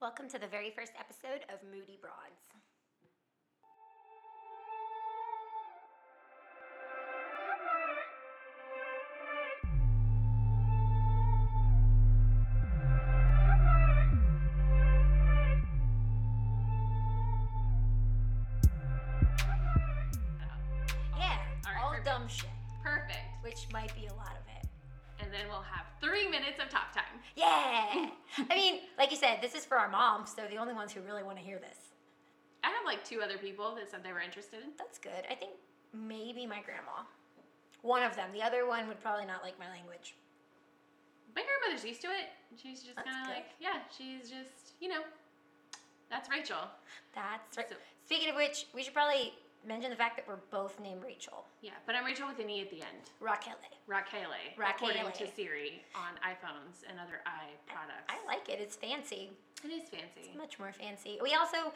Welcome to the very first episode of Moody Broads. Yeah, All right, all perfect. dumb shit, Perfect. which might be a lot of it. And then we'll have three minutes of talk time. Yeah. I mean, like you said, this is for our moms. They're the only ones who really want to hear this. I have like two other people that said they were interested. That's good. I think maybe my grandma. One of them. The other one would probably not like my language. My grandmother's used to it. She's just That's kind of good. like, yeah, she's just, you know, that's Rachel. That's right. So- Speaking of which, we should probably mention the fact that we're both named Rachel. Yeah, but I'm Rachel with an E at the end. Raquel. Raquel, Raquele. according to Siri on iPhones and other i products. I like it. It's fancy. it is fancy. Much more fancy. We also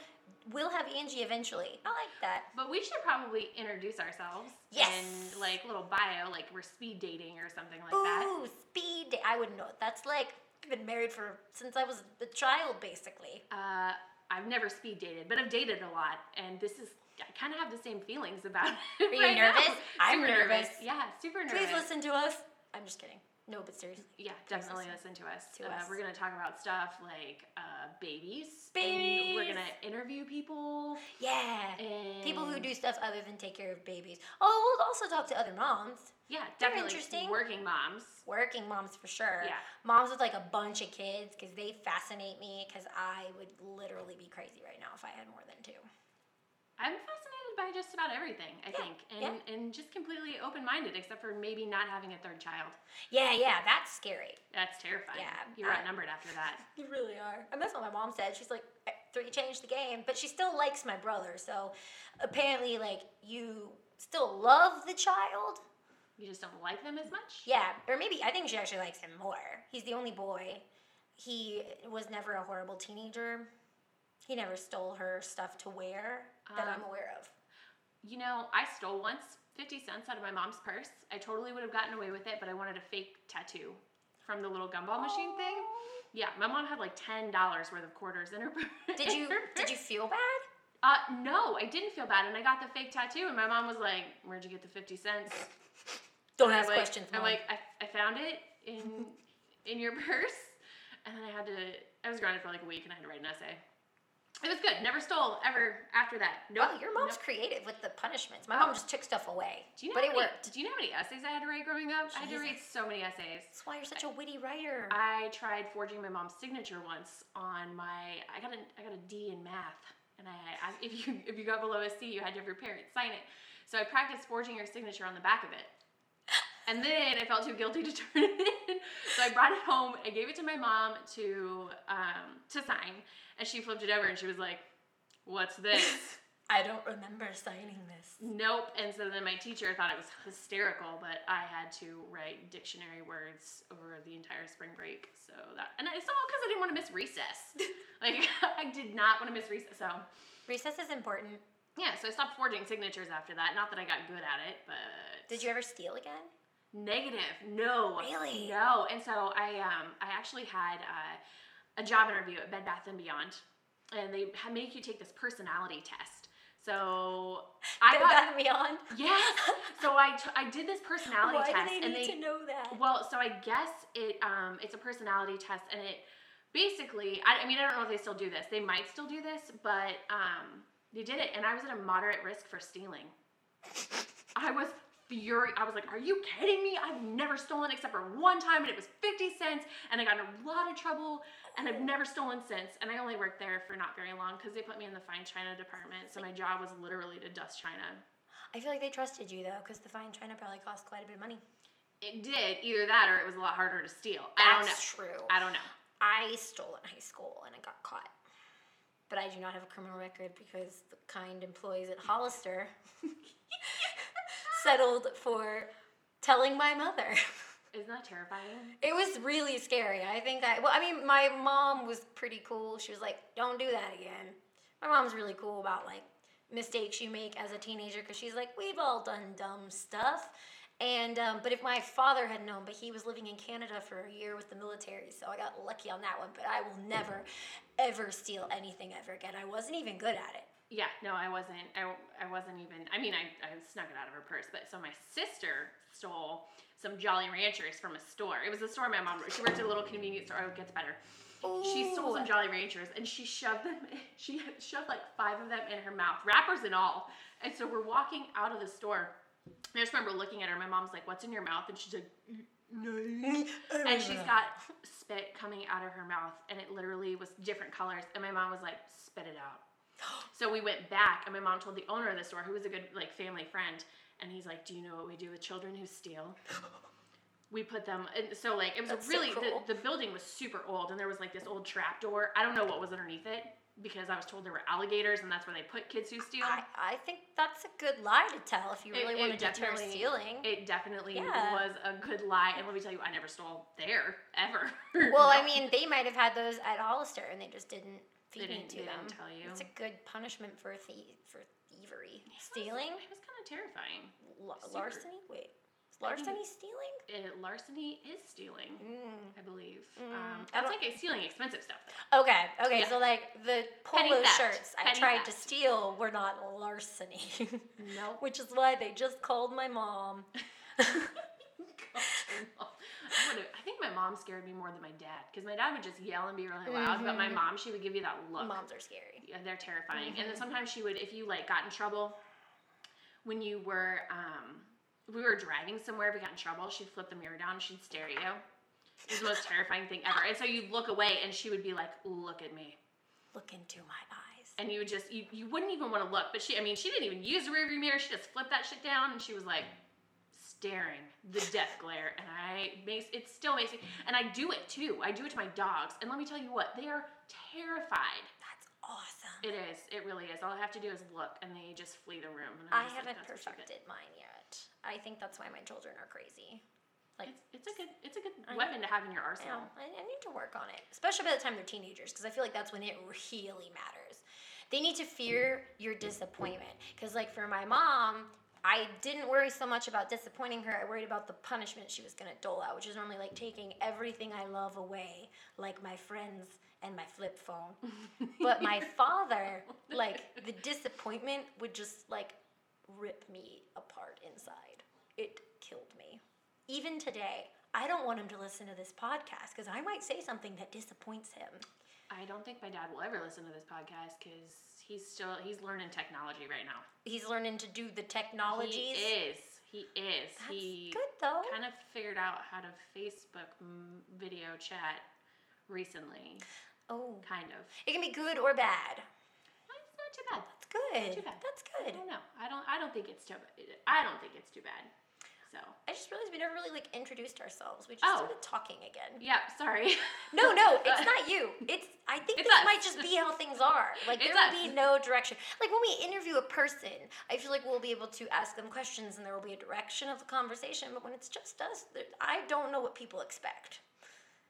will have Angie eventually. I like that. But we should probably introduce ourselves. Yes. And like little bio, like we're speed dating or something like that. Ooh, speed. da- I wouldn't know. it. That's like I've been married for since I was a child, basically. Uh, I've never speed dated, but I've dated a lot, and this is I kind of have the same feelings about. It Are you right now. nervous? I'm super nervous. Yeah, super nervous. Please listen to us. I'm just kidding. No, but seriously. Yeah, definitely listen, to us. to uh, us. We're gonna talk about stuff like uh, babies. and Babies. we're gonna interview people. Yeah. And People who do stuff other than take care of babies. Oh, we'll also talk to other moms. Yeah, definitely interesting. working moms. Working moms for sure. Yeah. Moms with like a bunch of kids because they fascinate me because I would literally be crazy right now if I had more than two. I'm fascinated by just about everything. I think, and and just completely open minded, except for maybe not having a third child. Yeah, yeah, that's scary. That's terrifying. Yeah, you're I- outnumbered after that. You really are. And that's what my mom said. She's like, "I- three changed the game, but she still likes my brother. So apparently, like, you still love the child. You just don't like them as much. Yeah, or maybe I think she actually likes him more. He's the only boy. He was never a horrible teenager. He never stole her stuff to wear that I'm Um, aware of. You know, I stole once 50 cents out of my mom's purse. I totally would have gotten away with it, but I wanted a fake tattoo from the little gumball machine thing. Yeah, my mom had like ten dollars worth of quarters in her. Did you did you feel bad? Uh, no, I didn't feel bad, and I got the fake tattoo. And my mom was like, "Where'd you get the fifty cents?" Don't ask like, questions. I'm Mom. like, I, I found it in in your purse, and then I had to. I was grounded for like a week, and I had to write an essay. It was good. Never stole ever after that. No, oh, your mom's creative with the punishments. My mom just took stuff away, Do you know but how it many, worked. Do you know how many essays I had to write growing up? I had to read Jesus. so many essays. That's why you're such a witty writer. I tried forging my mom's signature once on my. I got a I got a D in math, and I, I if you if you got below a C, you had to have your parents sign it. So I practiced forging her signature on the back of it. And then I felt too guilty to turn it in, so I brought it home. I gave it to my mom to um, to sign, and she flipped it over and she was like, "What's this?" I don't remember signing this. Nope. And so then my teacher thought it was hysterical, but I had to write dictionary words over the entire spring break. So that, and it's all because I didn't want to miss recess. like, I did not want to miss recess. So, Recess is important. yeah, so I stopped forging signatures after that. Not that I got good at it, but Did you ever steal again? negative. No. Really? No. And so I, um, I actually had uh, a job interview at Bed Bath and Beyond, and they ha- make you take this personality test. So I Bed got Bath and Beyond. Yes. So I, t- I did this personality Why test, do they and need they to know that? well, so I guess it um it's a personality test, and it basically I, I mean I don't know if they still do this. They might still do this, but um they did it, and I was at a moderate risk for stealing. I was furious. I was like, "Are you kidding me? I've never stolen except for one time, and it was fifty cents, and I got in a lot of trouble, and I've never stolen since. And I only worked there for not very long because they put me in the fine china department, so my job was literally to dust china. I feel like they trusted you though, because the fine china probably cost quite a bit of money. It did either that or it was a lot harder to steal. I don't know. That's true. I don't know. I stole in high school and I got caught, but I do not have a criminal record because the kind employees at Hollister settled for telling my mother. Isn't that terrifying? It was really scary. I think I well, I mean, my mom was pretty cool. She was like, "Don't do that again." My mom's really cool about like mistakes you make as a teenager because she's like, "We've all done dumb stuff." And um, but if my father had known, but he was living in Canada for a year with the military, so I got lucky on that one. But I will never, ever steal anything ever again. I wasn't even good at it. Yeah, no, I wasn't. I, I wasn't even. I mean, I, I snuck it out of her purse. But so my sister stole some Jolly Ranchers from a store. It was a store my mom. She worked at a little convenience store. Oh, it gets better. She stole some Ooh. Jolly Ranchers and she shoved them. She shoved like five of them in her mouth, wrappers and all. And so we're walking out of the store. And I just remember looking at her. My mom's like, "What's in your mouth?" And she's like, "No." and she's got spit coming out of her mouth and it literally was different colors and my mom was like spit it out so we went back and my mom told the owner of the store who was a good like family friend and he's like do you know what we do with children who steal we put them and so like it was That's so really cool. the, the building was super old and there was like this old trap door i don't know what was underneath it because i was told there were alligators and that's where they put kids who steal I, I think that's a good lie to tell if you It- really it want to deter definitely- stealing. it definitely Yeah. was a good lie and let me tell you i never stole there ever well, No. I mean, they might have had those at Hollister and they just didn't feed they didn't, into they them. didn't tell you It's a good punishment for thie- for thievery, stealing, It was kind of terrifying. L- super- larceny. Wait, is I think larceny stealing? It, larceny is stealing, Mm. I believe. Mm, I um, that's don't- like it's stealing expensive stuff. though. Okay, okay. Yeah. So like the Petty polo theft, shirts I petty tried to theft. steal were not larceny, No. which is why they just called my mom. I, would've- I think my mom scared me more than my dad because my dad would just yell and be really loud, but my Mhm. mom she would give you that look. Moms are scary. Yeah, they're terrifying. And then Mhm. sometimes she would, if you like got in trouble, when you were, um, we were driving somewhere, we got in trouble, she'd flip the mirror down, she'd stare at you. It was the most terrifying thing ever. And so you'd look away and she would be like, look at me. Look into my eyes. And you would just, you, you wouldn't even want to look. But she, I mean, she didn't even use the rearview mirror. She just flipped that shit down and she was like, staring the death glare. And I, makes, it still makes me, and I do it too. I do it to my dogs. And let me tell you what, they are terrified. That's awesome. It is. It really is. All I have to do is look, and they just flee the room. And I I'm just like, haven't "That's stupid." perfected mine yet. I think that's why my children are crazy. Like, It's, it's a good. It's a good I know. weapon to have in your I, arsenal. know, I, I need to work on it, especially by the time they're teenagers, because I feel like that's when it really matters. They need to fear your disappointment. Because, like, for my mom, I didn't worry so much about disappointing her. I worried about the punishment she was going to dole out, which is normally like taking everything I love away, like my friends and my flip phone. But my father, like the disappointment would just like rip me apart inside. It killed me. Even today, I don't want him to listen to this podcast because I might say something that disappoints him. I don't think my dad will ever listen to this podcast because he's still he's learning technology right now. He's learning to do the technologies. He is. He is. That's he good though. kind of figured out how to Facebook mm, video chat recently. Oh, Kind of. it can be good or bad. It's not too bad. That's good. Too bad. That's I good. don't know. I don't. I don't think it's too. I don't think it's too bad. So. I just realized we never really like introduced ourselves. We just Oh. started talking again. Yeah. Sorry. No, no, it's not you. It's I think It's this us. might just be how things are. Like It's there will us. be no direction. Like when we interview a person, I feel like we'll be able to ask them questions and there will be a direction of the conversation. But when it's just us, there, I don't know what people expect.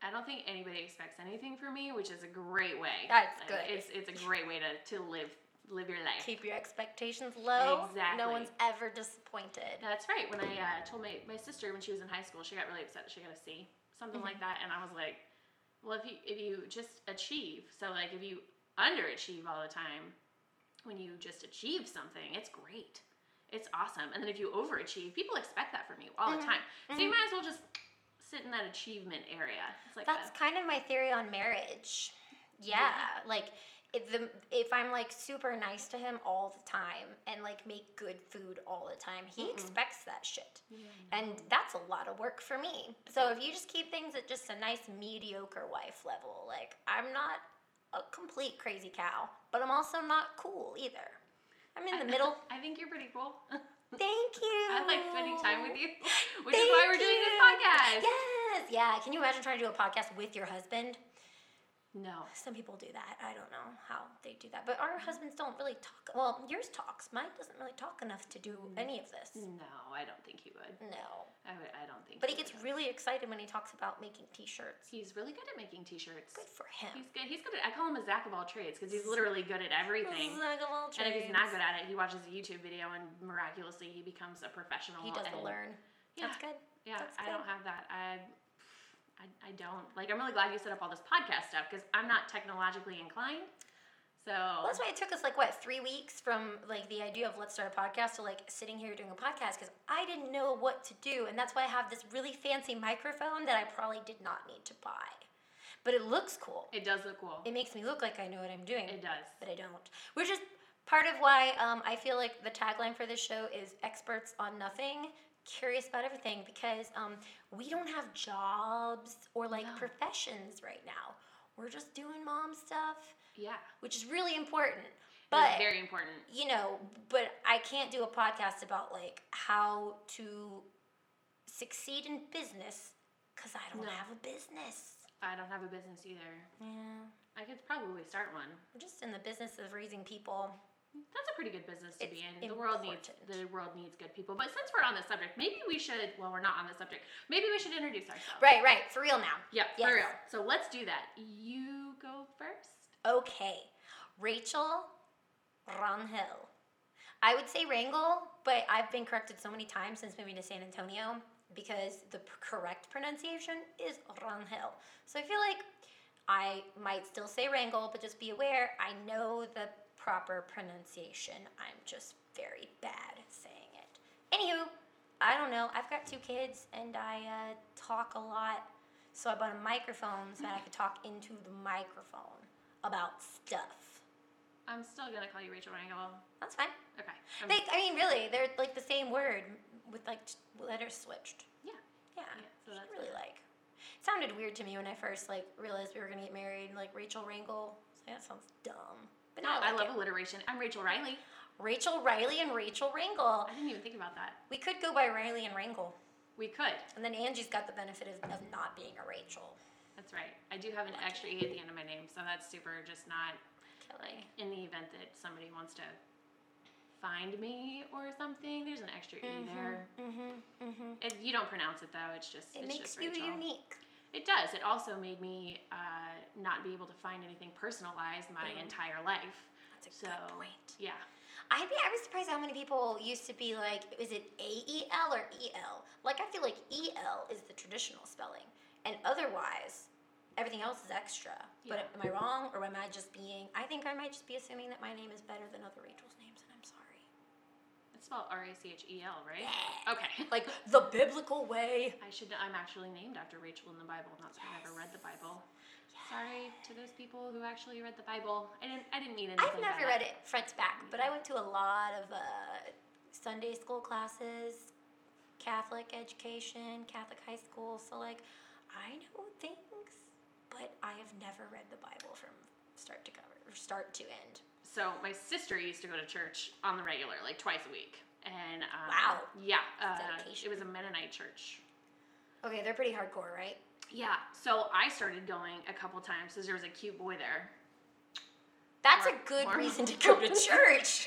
I don't think anybody expects anything from me, which is a great way. That's Like, good. It's it's a great way to, to live live your life. Keep your expectations low. Exactly. No one's ever disappointed. That's right. When I uh, told my, my sister when she was in high school, she got really upset that she got a C, something like Mm-hmm. that, and I was like, well, if you if you just achieve, so like if you underachieve all the time, when you just achieve something, it's great. It's awesome. And then if you overachieve, people expect that from you all the Mhm. time. So you might as well just sit in that achievement area. It's like uh, That's a- kind of my theory on marriage. Yeah, like if the if I'm like super nice to him all the time and like make good food all the time, he expects that shit. And that's a lot of work for me. So if you just keep things at just a nice mediocre wife level, like I'm not a complete crazy cow, but I'm also not cool either. I'm in the middle. I think you're pretty cool. Thank you. I like spending time with you, which Thank is why we're doing this you. podcast. Yes. Yeah. Can you imagine trying to do a podcast with your husband? No, Some people do that. I don't know how they do that. But our husbands don't really talk. Well, yours talks. Mine doesn't really talk enough to do Mm. any of this. no, I don't think he would. No. I, would, I don't think. But he would. gets really excited when he talks about making t shirts. He's really good at making T-shirts. Good for him. He's good. He's good at. I call him a Zach of all trades because he's literally good at everything. Zag of all And if he's not trades. good at it, he watches a YouTube video and miraculously he becomes a professional. he does and learn. Yeah, That's good. Yeah, That's I good. don't have that. I I, I don't. Like, I'm really glad you set up all this podcast stuff because I'm not technologically inclined. So, Well, that's why it took us like what three weeks from like the idea of let's start a podcast to like sitting here doing a podcast because I didn't know what to do, and that's why I have this really fancy microphone that I probably did not need to buy, but it looks cool. it does look cool. It makes me look like I know what I'm doing, It does. but I don't. Which is part of why um, I feel like the tagline for this show is "Experts on Nothing." Curious about everything because um, we don't have jobs or like No. professions right now. We're just doing mom stuff, Yeah. which is really important. But It's very important. you know, but I can't do a podcast about like how to succeed in business because I don't No. have a business. I don't have a business either. Yeah, I could probably start one. I'm just in the business of raising people. That's a pretty good business to be It's in. The world needs important. the world needs good people. But since we're on the subject, maybe we should. Well, we're not on the subject. Maybe we should introduce ourselves. Right, right, for real now. Yeah, Yes. for real. So let's do that. You go first. Okay, Rachel Ranhill. I would say Wrangle, but I've been corrected so many times since moving to San Antonio because the p- correct pronunciation is Ranhill. So I feel like I might still say Wrangle, but just be aware I know the proper pronunciation. I'm just very bad at saying it. Anywho, I don't know. I've got two kids and I uh, talk a lot, so I bought a microphone so that I could talk into the microphone about stuff. I'm still gonna call you Rachel Rangel. That's fine. Okay. I'm- They, I mean, really, they're like the same word with like just letters switched. yeah. Yeah, which so I that's really like. It sounded weird to me when I first like realized we were gonna get married. Like Rachel Rangel, I was like, that sounds dumb. But No, now I like it. love alliteration. I'm Rachel Riley. Rachel Riley and Rachel Rangel. I didn't even think about that. We could go by Riley and Rangel, We could. and then Angie's got the benefit of, of not being a Rachel. That's right. I do have an extra e at the end of my name, so that's super. Just not Kelly. like in the event that somebody wants to find me or something. There's an extra e there. Mhm. Mhm. It, you don't pronounce it though. It's just It it's makes just you Rachel. unique. It does. It also made me uh, not be able to find anything personalized my Mhm. entire life. That's a So good point. yeah, I'd be, I was surprised how many people used to be like, is it A E L or E L? Like, I feel like E L is the traditional spelling, and otherwise, everything else is extra. But am I wrong, or am I just being? I think I might just be assuming that my name is better than other Rachel's names, and I'm sorry. it's spelled R A C H E L, right? Yeah. Okay. Like the biblical way. I should. I'm actually named after Rachel in the Bible. Not that I ever read the Bible. Sorry to those people who actually read the Bible. I didn't. I didn't mean anything. I've never by read that. it front to back, but I went to a lot of uh, Sunday school classes, Catholic education, Catholic high school. So like, I know things, but I have never read the Bible from start to cover, or start to end. So my sister used to go to church on the regular, like twice a week. And um, Wow. yeah, uh, Dedication. it was a Mennonite church. Okay, they're pretty hardcore, right? Yeah, so I started going a couple times because there was a cute boy there. That's Mar- a good Mar- reason to go to church.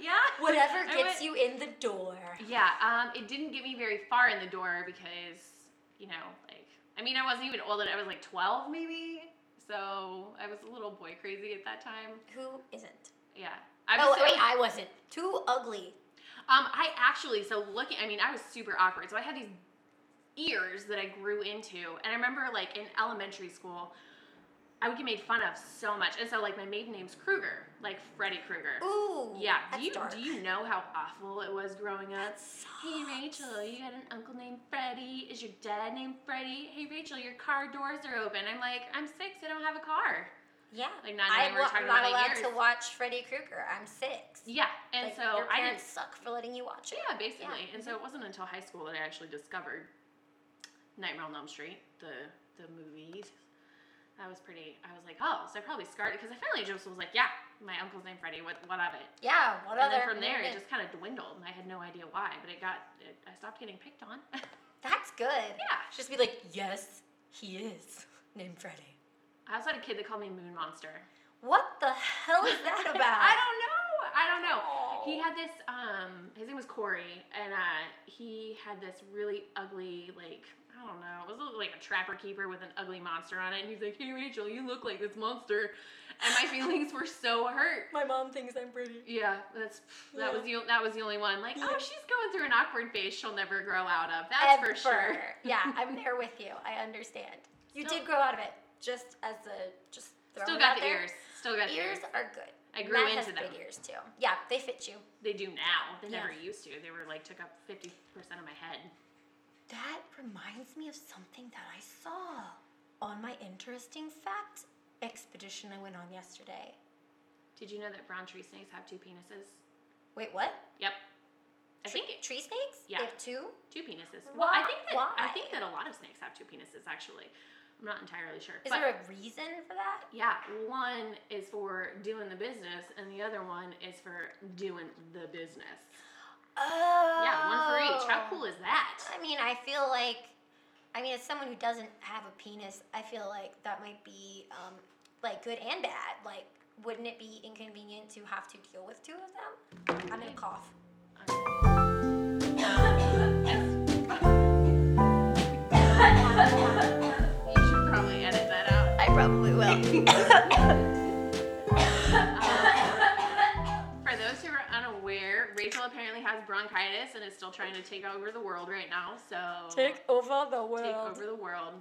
Yeah, Whatever I gets went- you in the door. Yeah, um, it didn't get me very far in the door because you know, like I mean, I wasn't even old, and I was like twelve maybe. So I was a little boy crazy at that time. Who isn't? Yeah. I Oh was so- wait, I wasn't. Too ugly. Um, I actually, so looking, I mean, I was super awkward. So I had these ears that I grew into. And I remember, like, in elementary school, I would get made fun of so much. And so, like, my maiden name's Kruger, like Freddy Krueger. Ooh. yeah. That's Do you, dark. do you know how awful it was growing up? That Hey, sucks. Rachel, you got an uncle named Freddy. Is your dad named Freddy? Hey, Rachel, your car doors are open. I'm like, I'm six. I don't have a car. Yeah. Like, not I even we wa- were talking not about allowed eight years. to watch Freddy Krueger. I'm six. Yeah. And Like, your so I parents didn't mm-hmm. suck for letting you watch it. Yeah, basically. And so it wasn't until high school that I actually discovered Nightmare on Elm Street, the the movies. That was pretty. I was like, oh, so I probably scarred because I finally just was like, yeah, my uncle's name Freddie. What what of it? Yeah. What And other? then from there, it movement? just kind of dwindled, and I had no idea why. But it got, it, I stopped getting picked on. That's good. Yeah. Just be like, yes, he is named Freddy. I also had a kid that called me Moon Monster. What the hell is that about? I don't know. I don't know. He Oh. had this. Um, his name was Corey, and uh, he had this really ugly, like I don't know, it was like a trapper keeper with an ugly monster on it. And he's like, "Hey, Rachel, you look like this monster," and my feelings were so hurt. My mom thinks I'm pretty. Yeah, that's that was the that was the only one. Like, oh, Yeah. she's going through an awkward phase she'll never grow out of. That's for sure. Ever. yeah, I'm there with you. I understand. You Still- did grow out of it. Just as a just throwing Still it got out the there. ears. Still got the ears. Ears are good. I grew Matt into has them. big ears too. Yeah, they fit you. They do now. They never Yeah. used to. They were like took up fifty percent of my head. That reminds me of something that I saw on my interesting fact expedition I went on yesterday. Did you know that brown tree snakes have two penises? Wait, what? Yep. I Tre- think it, tree snakes? Yeah. They have two? two penises. Well, I Why- think that I why? think that a lot of snakes have two penises. Actually, I'm not entirely sure. Is but there a reason for that? yeah, one is for doing the business, and the other one is for doing the business. Oh. Yeah, one for each. How cool is that? I mean, I feel like, I mean, as someone who doesn't have a penis, I feel like that might be um, like good and bad. Like, wouldn't it be inconvenient to have to deal with two of them? I'm gonna cough. You should probably edit that out. I probably will. For those who are unaware, Rachel apparently has bronchitis and is still trying to take over the world right now. So over the take over the world.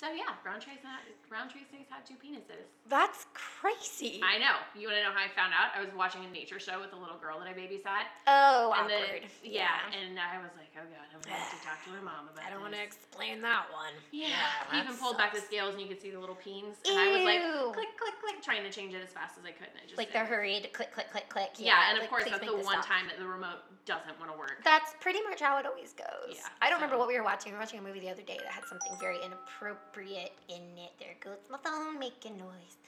So yeah, brown trees have, brown tree snakes have two penises. That's crazy. I know. You want to know how I found out? I was watching a nature show with a little girl that I babysat. oh, and awkward. then, yeah, and I was like, oh god, I'm gonna have to talk to her mom I about. don't want to this." explain that one. Yeah, that he even pulled back the sucks. scales and you could see the little peens. And I was like, Ew. click, click, click, trying to change it as fast as I could. And it just Like they're didn't. hurried, click, click, click, click. Yeah, and like, of course please that's make the this one stop. time that the remote doesn't want to work. That's pretty much how it always goes. Yeah, I don't remember so- what we were watching. We were watching a movie the other day that had something very inappropriate in it. There goes my phone making noise.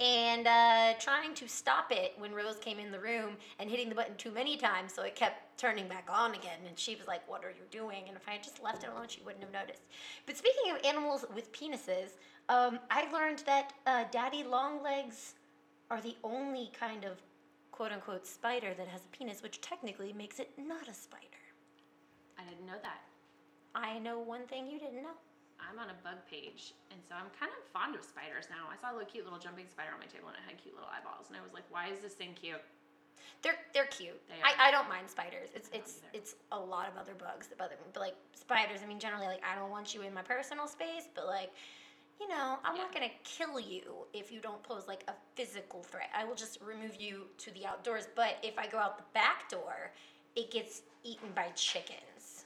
And uh, trying to stop it when Rose came in the room and hitting the button too many times, so it kept turning back on again. And she was like, What are you doing? And if I had just left it alone, she wouldn't have noticed. But speaking of animals with penises, um, I learned that uh, daddy long legs are the only kind of quote unquote spider that has a penis, which technically makes it not a spider. I didn't know that. I know one thing you didn't know. I'm on a bug page, and so I'm kind of fond of spiders now. I saw a little cute little jumping spider on my table, and it had cute little eyeballs, and I was like, why is this thing cute? They're they're cute. They are. I, I don't mind spiders. It's don't it's either. it's a lot of other bugs that bother me, but like spiders. I mean, generally, like I don't want you in my personal space, but like. You know, I'm not gonna kill you if you don't pose like a physical threat. I will just remove you to the outdoors. But if I go out the back door, it gets eaten by chickens.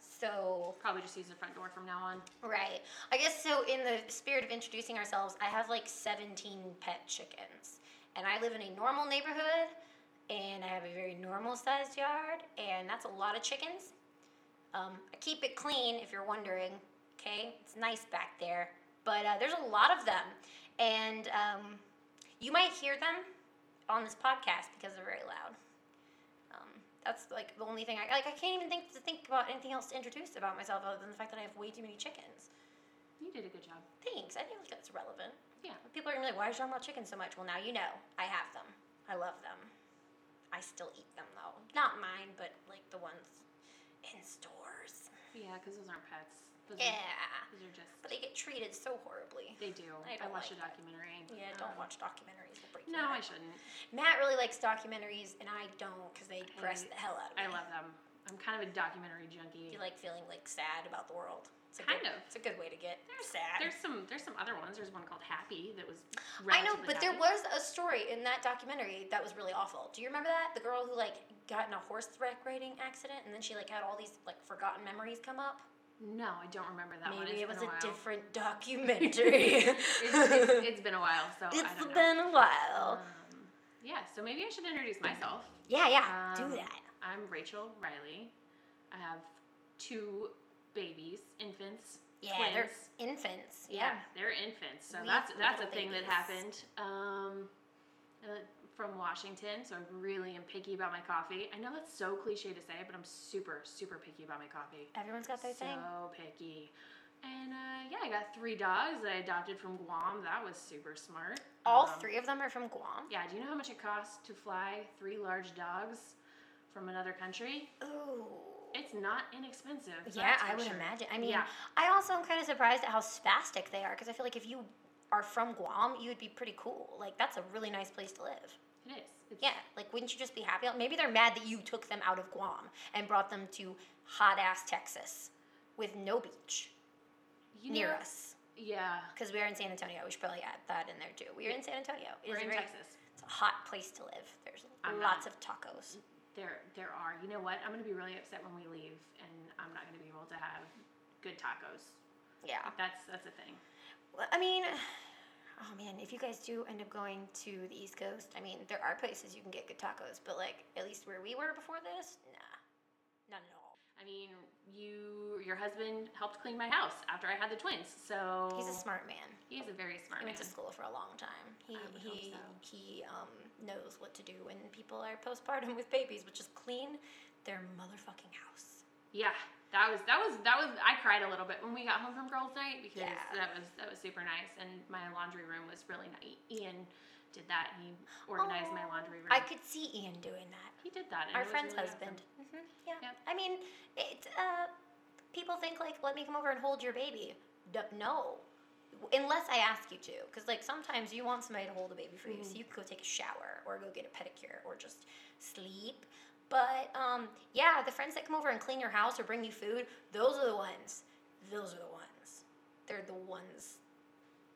So Probably just use the front door from now on. Right. I guess so. In the spirit of introducing ourselves, I have like 17 pet chickens, and I live in a normal neighborhood, and I have a very normal sized yard, and that's a lot of chickens. Um, I keep it clean, if you're wondering. Okay, it's nice back there, but uh, there's a lot of them, and um, you might hear them on this podcast because they're very loud. Um, that's like the only thing I like. I can't even think to think about anything else to introduce about myself other than the fact that I have way too many chickens. You did a good job. Thanks. I think that's relevant. Yeah. People are gonna be like, "Why are you talking about chickens so much?" Well, now you know. I have them. I love them. I still eat them though. Not mine, but like the ones in stores. Yeah, because those aren't pets. Those Yeah, Are, those are just. but they get treated so horribly. They do. I don't watched like a documentary. Yeah, don't um, watch documentaries. They'll break your No, I heart. shouldn't. Matt really likes documentaries, and I don't because they depress I- the hell out of me. I love them. I'm kind of a documentary junkie. You like feeling like sad about the world. It's a Kind good, of. It's a good way to get There's- sad. There's some there's some other ones. There's one called Happy that was. I know, relatively but there happy. was a story in that documentary that was really awful. Do you remember that? The girl who like got in a horse wreck riding accident and then she like had all these like forgotten memories come up. No, I don't remember that one. Maybe It's it was been a, a, while. different documentary. It's, it's, it's been a while, so I it's don't know. been a while. Um, yeah, so maybe I should introduce myself. yeah, yeah. um, do that. I'm Rachel Riley. I have two babies, infants, Yeah, twins. they're infants. Yeah. Yeah, they're infants. So Wee that's that's a little thing that babies. happened. Um, uh, from Washington, so I really am picky about my coffee. I know that's so cliche to say, but I'm super super picky about my coffee. Everyone's got their so thing. picky. And uh, yeah, I got three dogs that I adopted from Guam. That was super smart. All Um, three of them are from Guam. Yeah. Do you know how much it costs to fly three large dogs from another country? Ooh. It's not inexpensive. that's Yeah, I for would sure. imagine. I mean, Yeah. I also am kind of surprised at how spastic they are because I feel like if you are from Guam, you would be pretty cool. Like that's a really nice place to live. It is. It's, Yeah, like wouldn't you just be happy? Maybe they're mad that you took them out of Guam and brought them to hot ass Texas with no beach you near know- us. Yeah. Because we are in San Antonio. We should probably add that in there too. We are in San Antonio. It is We're a in very- Texas. It's a hot place to live. There's I'm lots not- of tacos. There, there are. You know what? I'm gonna be really upset when we leave, and I'm not gonna be able to have good tacos. Yeah. That's that's a thing. Well, I mean, oh man, if you guys do end up going to the East Coast, I mean, there are places you can get good tacos, but like at least where we were before this, nah, not at all. I mean, you, your husband helped clean my house after I had the twins, so He's a smart man. He is a very He smart man. went to school for a long time. He I would hope he so. he um, knows what to do when people are postpartum with babies, which is clean their motherfucking house. Yeah, that was that was that was. I cried a little bit when we got home from girls' night because Yeah. that was that was super nice, and my laundry room was really nice. Ian did that. And he organized my Aw. laundry room. I could see Ian doing that. he did that. and Our it was friend's really husband. awesome. hmm Yeah. Yep. I mean, it's uh, people think like, let me come over and hold your baby. D- no, unless I ask you to, because like sometimes you want somebody to hold a baby for you, so you can go take a shower or go get a pedicure or just sleep. But um, yeah, the friends that come over and clean your house or bring you food, those are the ones. Those are the ones. They're the ones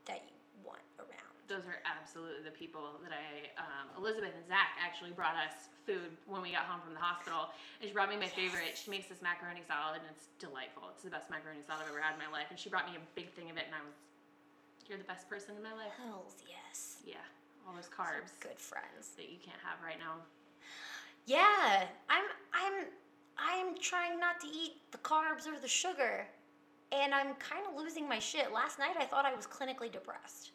that you want around. Those are absolutely the people that I, um, Elizabeth and Zach actually brought us food when we got home from the hospital. And she brought me my favorite. She makes this macaroni salad and it's delightful. It's the best macaroni salad I've ever had in my life. And she brought me a big thing of it and I was, you're the best person in my life. Hells yes. Yeah, all those carbs Good friends. that you can't have right now. Yeah, I'm I'm I'm trying not to eat the carbs or the sugar. And I'm kind of losing my shit. Last night I thought I was clinically depressed.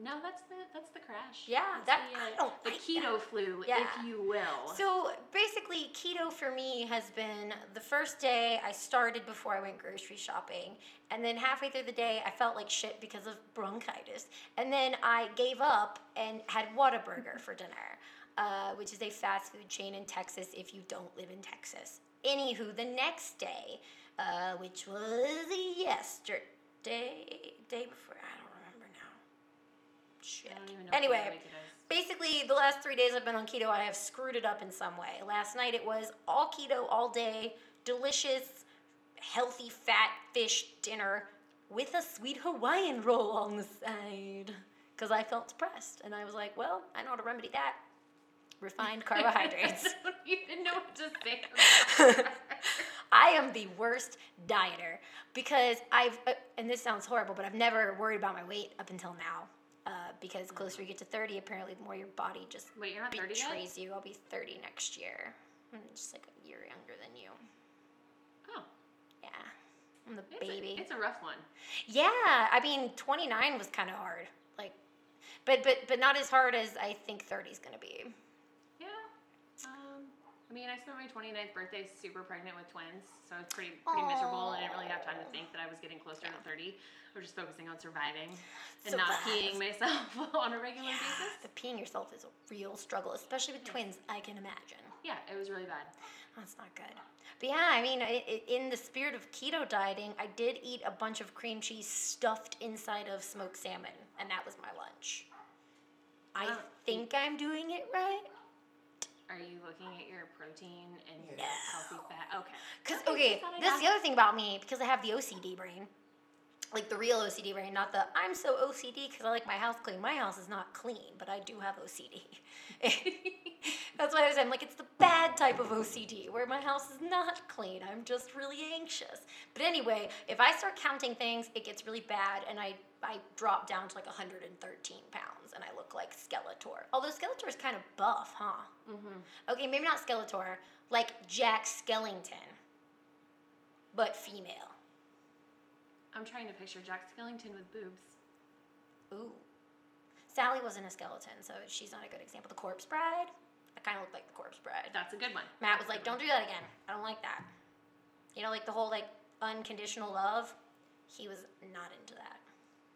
No, that's the that's the crash. Yeah, That's that- the, uh, I don't the like keto flu, Yeah. if you will. So basically, keto for me has been the first day I started before I went grocery shopping. And then halfway through the day, I felt like shit because of bronchitis. And then I gave up and had Whataburger for dinner, uh, which is a fast food chain in Texas if you don't live in Texas. Anywho, the next day, uh, which was yesterday, day before, I don't remember now. Shit. I don't even know what Anyway. day of the week it is. Basically, the last three days I've been on keto, I have screwed it up in some way. Last night it was all keto all day, delicious, healthy fat fish dinner with a sweet Hawaiian roll on the side. Because I felt depressed and I was like, well, I know how to remedy that. Refined carbohydrates. I don't even know what to say. I am the worst dieter because I've, uh, and this sounds horrible, but I've never worried about my weight up until now. Uh, because closer you get to 30, apparently, the more your body just Wait, you're not thirty yet? betrays you. I'll be 30 next year. I'm just like a year younger than you. Oh, Yeah. I'm the it's baby. A, it's a rough one. yeah. I mean, 29 was kind of hard. Like, but, but, but not as hard as I think 30 is going to be. Yeah. Um, I mean, I spent my 29th birthday super pregnant with twins, so I was pretty pretty miserable. I didn't really have time to think that I was getting closer to 30. I was just focusing on surviving and not Survive. peeing myself on a regular basis. the peeing yourself is a real struggle, especially Hmm. with twins, I can imagine. Yeah, it was really bad. That's not good. But yeah, I mean, I, i in the spirit of keto dieting, I did eat a bunch of cream cheese stuffed inside of smoked salmon, and that was my lunch. I Oh. think I'm doing it right. Are you looking at your protein and your No. healthy fat? Okay. Because, I okay, thought I'd this is ask- the other thing about me, because I have the OCD brain. Like the real OCD brain, not the I'm so OCD because I like my house clean. My house is not clean, but I do have OCD. That's why I was I'm like, it's the bad type of OCD where my house is not clean. I'm just really anxious. But anyway, if I start counting things, it gets really bad and I, I drop down to like 113 pounds and I look like Skeletor. Although Skeletor is kind of buff, huh? Okay, maybe not Skeletor, like Jack Skellington, but female. I'm trying to picture Jack Skellington with boobs. Ooh. Sally wasn't a skeleton, so she's not a good example. The Corpse Bride? I kind of look like the Corpse Bride. That's a good one. Matt was like, "Don't do that again. I don't like that." You know, like the whole like unconditional love. He was not into that.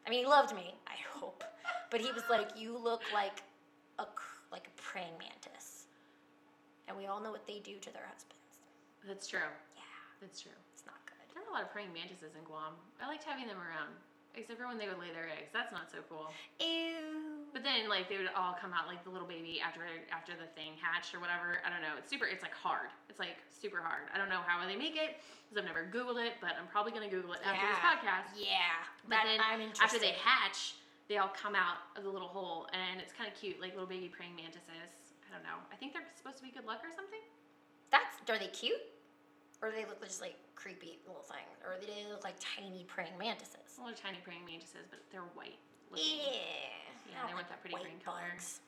I mean, he loved me, I hope, but he was like, "You look like a cr- like a praying mantis," and we all know what they do to their husbands. That's true. Yeah, That's true. it's not good. There are a lot of praying mantises in Guam. I liked having them around. Except for when they would lay their eggs. That's not so cool. Ew. But then like they would all come out like the little baby after after the thing hatched or whatever. I don't know. It's super. It's like hard. It's like super hard. I don't know how they make it because I've never googled it, but I'm probably gonna Google it after this Yeah. podcast. Yeah. That, But then I'm interested. After they hatch, they all come out of the little hole, and it's kind of cute, like little baby praying mantises. I don't know. I think they're supposed to be good luck or something. That's are they cute? Or do they look just like creepy little things? Or do they look like tiny praying mantises? Well, they're tiny praying mantises, but they're white. Yeah. looking. I don't they want that pretty white green color. bugs.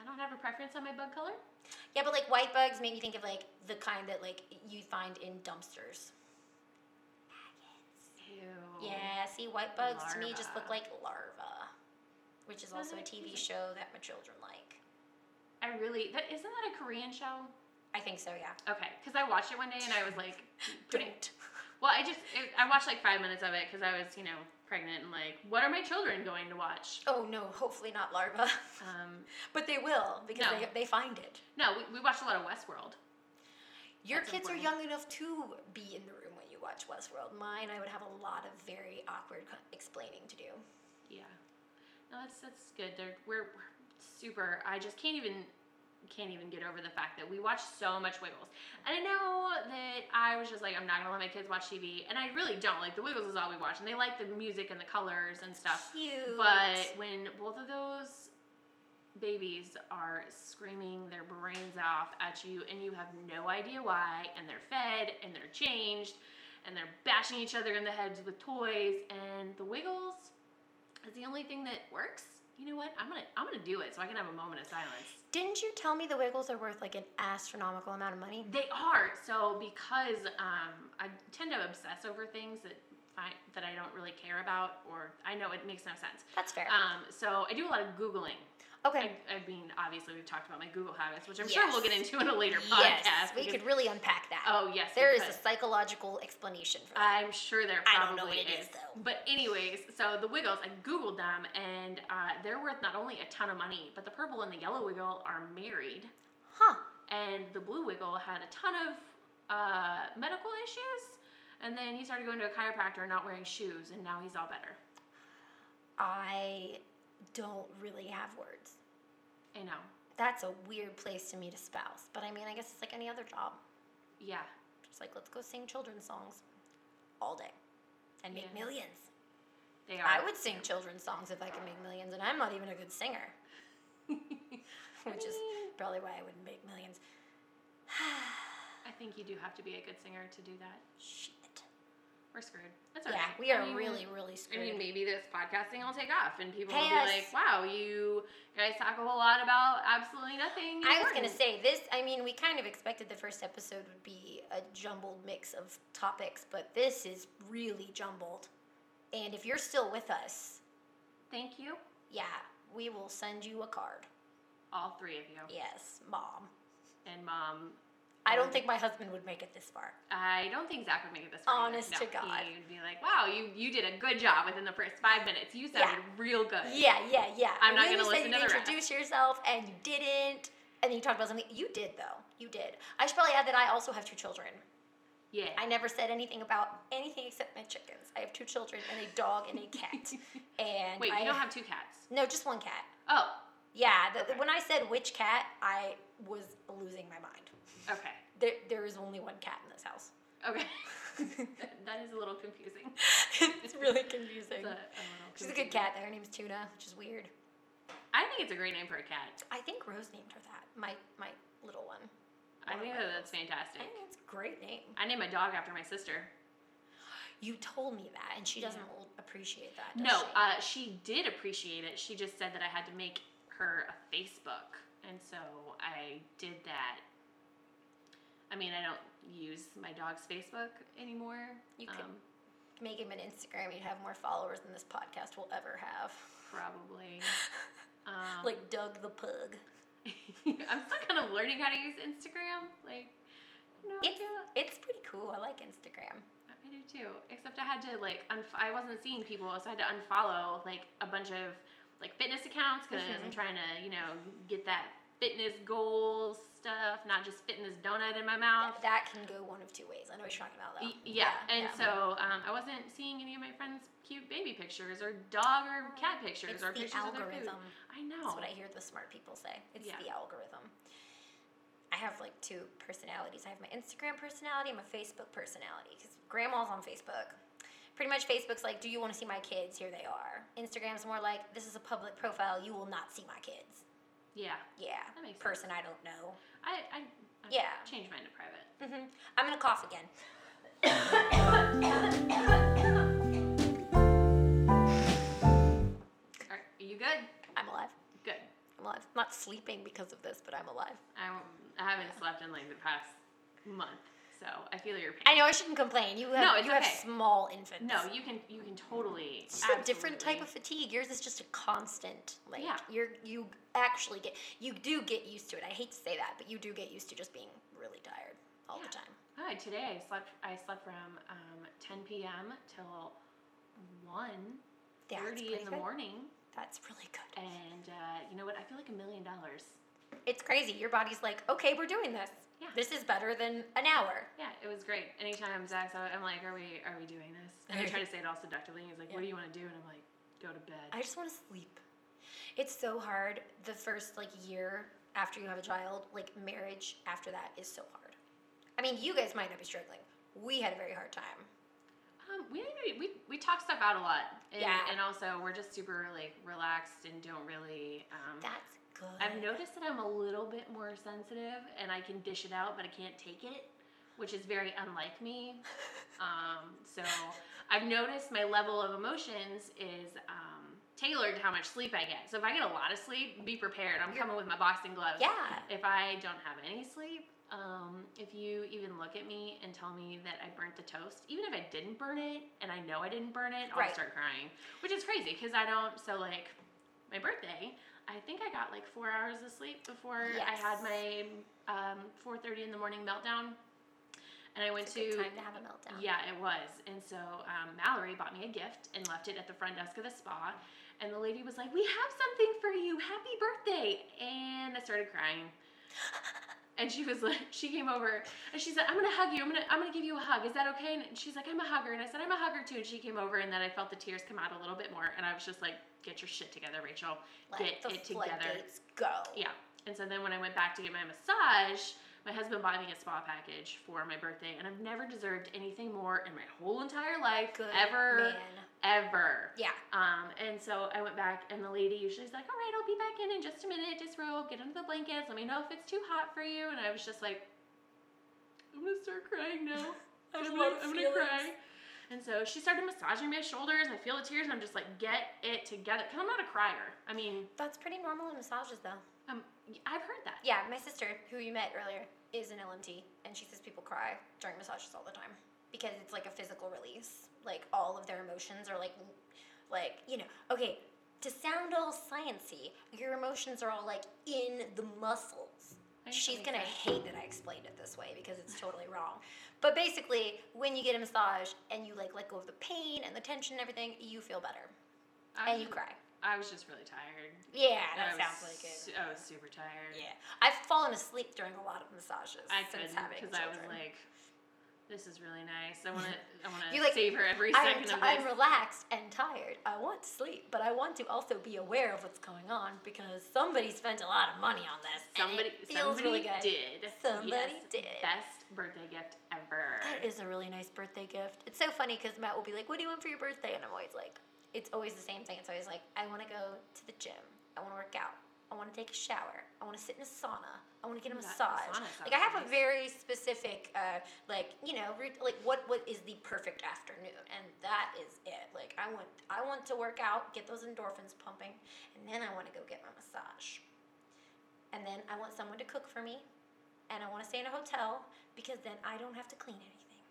I don't have a preference on my bug color. Yeah, but like white bugs make me think of like the kind that like you find in dumpsters. Ew. Yeah, see, white bugs to me just look Oh. Larva. like larvae, which is also a Doesn't it TV taste- show that my children like. I really. That isn't that a Korean show? I think so, yeah. Okay, because I watched it one day and I was like, pretty. Don't. Well, I just it, I watched like five minutes of it because I was you know pregnant and like, what are my children going to watch? Oh no, hopefully not larva. Um, but they will because No. they, they find it. no, we, we watched a lot of Westworld. Your That's kids are important. young enough to be in the room when you watch Westworld. Mine, I would have a lot of very awkward co- explaining to do. Yeah. No, that's that's good. They're, we're, we're super. I just can't even can't even get over the fact that we watch so much Wiggles. And I know that I was just like, I'm not gonna let my kids watch TV, and I really don't. Like the Wiggles is all we watch, and they like the music and the colors and stuff. Cute. But when both of those babies are screaming their brains off at you and you have no idea why, and they're fed and they're changed and they're bashing each other in the heads with toys and the wiggles is the only thing that works. You know what? I'm gonna I'm gonna do it so I can have a moment of silence. didn't you tell me the Wiggles are worth like an astronomical amount of money? They are so because um, I tend to obsess over things that I, that I don't really care about or I know it makes no sense. That's fair. Um, so I do a lot of googling okay. I, I mean, obviously, we've talked about my Google habits, which I'm sure we'll get Yes. into in a later podcast. yes, we because- could really unpack that. Oh Uh, yes, there is i a psychological explanation for that. I'm sure there I probably don't know what it is. is, though. But anyways, so the Wiggles, I googled them, and uh, they're worth not only a ton of money, but the purple and the yellow Wiggle are married, huh. and the blue Wiggle had a ton of uh, medical issues, and then he started going to a chiropractor and not wearing shoes, and now he's all better. I don't really have words. I know. That's a weird place to meet a spouse. But I mean, I guess it's like any other job. Yeah. Just like, let's go sing children's songs all day and make Yeah. millions. They are. I would sing children's songs if I could make millions, and I'm not even a good singer, which is probably why I wouldn't make millions. I think you do have to be a good singer to do that. Shit. We're screwed. That's Yeah, alright. we are I mean, really, really I screwed. mean, maybe this podcasting will take off, and people will Pay be us. like, "Wow, you guys talk a whole lot about absolutely nothing." I was gonna important." say this. I mean, we kind of expected the first episode would be a jumbled mix of topics, but this is really jumbled. And if you're still with us, "Thank you, yeah, we will send you a card. all three of you, Yes, mom. and Mom." I don't think my husband would make it this far. I don't think Zach would make it this far. either. Honest No, to God. he'd be like, "Wow, you you did a good job within the first five minutes. You sounded real good." Yeah, yeah, yeah. And I'm then not gonna you listen said to you the rest. introduce yourself and you didn't, and then you talked about something you did though. You did. I should probably add that I also have two children. Yeah. I never said anything about anything except my chickens. I have two children and a dog and a cat. and Wait, I you don't have two cats? no, just one cat. Oh, Yeah, the, the- Okay. when I said which cat, I was losing my mind. okay, There, there is only one cat in this house. okay. That- that is a little confusing. it's really confusing. It's a- a little She's a confusing. good cat. though. Her name's Tuna, which is weird. I think it's a great name for a cat. I think Rose named her that. My my little one. I One of think my that that's girls. fantastic. I think it's a great name. I named my dog after my sister. You told me that, and she doesn't l- appreciate that. Does No, she? uh, she did appreciate it. She just said that I had to make her a Facebook, and so I did that. I mean, I don't use my dog's Facebook anymore. Um, You could- Make him an Instagram. You'd have more followers than this podcast will ever have. probably. Um, Like Doug the Pug. I'm still kind of learning how to use Instagram. Like, no, I It's do. it's pretty cool. I like Instagram. I do too. Except I had to like, unf- I wasn't seeing people, so I had to unfollow like a bunch of like fitness accounts because I'm Mhm. trying to, you know, get that fitness goal stuff, not just spitting this donut in my mouth. That, that can go one of two ways. I know what you're talking about, though. Um, Y- Yeah, and so um, I wasn't seeing any of my friends' cute baby pictures or dog or cat pictures It's or the pictures of their food. algorithm. I know. That's what Oh, I hear the smart people say. It's Yeah. the algorithm. I have like two personalities. I have my Instagram personality and my Facebook personality. Because grandma's on Facebook. Pretty much Facebook's like, do you want to see my kids? Here they are. Instagram's more like, this is a public profile. You will not see my kids. yeah, Yeah. That makes sense. Person I don't know. I, I, I Yeah. changed mine to private. hmm I'm going to cough again. All right, you good? I'm alive. Good. I'm alive. not sleeping because of this, but I'm alive. I, won't- I haven't slept in like the past month, so I feel your pain. I know I shouldn't complain. You have, No, it's you have okay. small infants. No, you can you can totally. It's just a different type absolutely- of fatigue. Yours is just a constant. Like Yeah. you're you actually get you do get used to it. I hate to say that, but you do get used to just being really tired all Yeah. the time. Hi, today I slept. I slept from um, 10 p.m. till 1:30 Yeah, it's pretty in the good. morning, That's really good. and uh, you know what? I feel like a million dollars. It's crazy. Your body's like, okay, we're doing this. Yeah. This is better than an hour. Yeah, it was great. Anytime Zach's out, I'm like, "Are we? Are we doing this?" And I try to say it all seductively. He's like, "What do you want to do?" And I'm like, "Go to bed." I just want to sleep. It's so hard. The first like year after you have a child, like marriage after that is so hard. I mean, you guys might not be struggling. We had a very hard time. Um, we, didn't really- we we talk stuff out a lot, and, Yeah. and also we're just super like relaxed and don't really. Um, That's good. I've noticed that I'm a little bit more sensitive, and I can dish it out, but I can't take it, which is very unlike me. Um, so I've noticed my level of emotions is um, tailored to how much sleep I get. So if I get a lot of sleep, be prepared. I'm coming with my boxing gloves. Yeah. If I don't have any sleep, um, if you even look at me and tell me that I burnt the toast, even if I didn't burn it and I know I didn't burn it, I'll Right. start crying, which is crazy because I don't. So like my birthday, I think I got like four hours of sleep before I had Yes. my um, 4:30 in the morning meltdown, and I went It's a good to time to have a meltdown. yeah, it was. And so um, Mallory bought me a gift and left it at the front desk of the spa. And the lady was like, We have something for you. Happy birthday. And I started crying. And she was like, she came over and she said, I'm gonna hug you. I'm gonna, I'm gonna give you a hug. Is that okay? And she's like, I'm a hugger. And I said, I'm a hugger too. And she came over and then I felt the tears come out a little bit more. And I was just like, get your shit together, Rachel. Let Get the it together. floodgates go. Yeah. And so then when I went back to get my massage, my husband bought me a spa package for my birthday, and I've never deserved anything more in my whole entire life, Good ever, man. ever. Yeah. Um, and so I went back, and the lady usually is like, "All right, I'll be back in in just a minute. Disrobe, get under the blankets. Let me know if it's too hot for you." And I was just like, "I'm gonna start crying now. I have I'm a gonna, lot of I'm gonna cry." feelings. And so she started massaging my shoulders. I feel the tears, and I'm just like, "Get it together," because I'm not a crier. I mean, That's pretty normal in massages, though. um, I've heard that. Yeah, my sister, who you met earlier, is an LMT, and she says people cry during massages all the time because it's like a physical release. Like all of their emotions are like, like you know, okay. To sound all sciency, your emotions are all like in the muscles. I guess that She's makes gonna sense. hate that I explained it this way because it's totally wrong. But basically, when you get a massage and you like let go of the pain and the tension and everything, you feel better I and was you cry. I was just really tired. Yeah, I that was sounds like it. su- I was super tired. Yeah, I've fallen asleep during a lot of massages I since couldn't having because children. I was like, "This is really nice. I want to. I want You, to like, savor every I'm, second t- of I'm this." relaxed and tired. I want to sleep, but I want to also be aware of what's going on because somebody spent a lot of money on this. and Somebody, it feels really somebody good. did. Somebody Yes, did. Best birthday gift ever. That is a really nice birthday gift. It's so funny because Matt will be like, "What do you want for your birthday?" and I'm always like, "It's always the same thing." It's always like, "I want to go to the gym. I want to work out. I want to take a shower. I want to sit in a sauna. I want to get a That massage." sauna Like I sounds have a nice. very specific, uh, like you know, rout- like what what is the perfect afternoon, and that is it. Like I want I want to work out, get those endorphins pumping, and then I want to go get my massage, and then I want someone to cook for me, and I want to stay in a hotel because then I don't have to clean anything.